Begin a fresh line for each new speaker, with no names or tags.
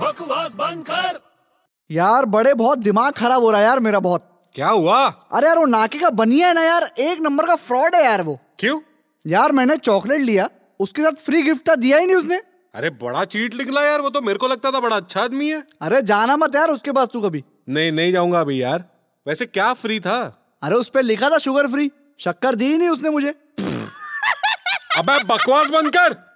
बकवास बंद कर
यार बड़े बहुत दिमाग खराब हो रहा है यार मेरा बहुत
क्या हुआ
अरे यार वो नाके का बनिया है ना यार एक नंबर का फ्रॉड है यार वो
क्यों
यार मैंने चॉकलेट लिया उसके साथ फ्री गिफ्ट था दिया ही नहीं उसने
अरे बड़ा चीट निकला यार वो तो मेरे को लगता था बड़ा अच्छा आदमी है
अरे जाना मत यार उसके पास तू कभी
नहीं नहीं जाऊंगा अभी यार वैसे क्या फ्री था
अरे उस पर लिखा था शुगर फ्री शक्कर दी ही नहीं उसने मुझे
अबे बकवास बंद कर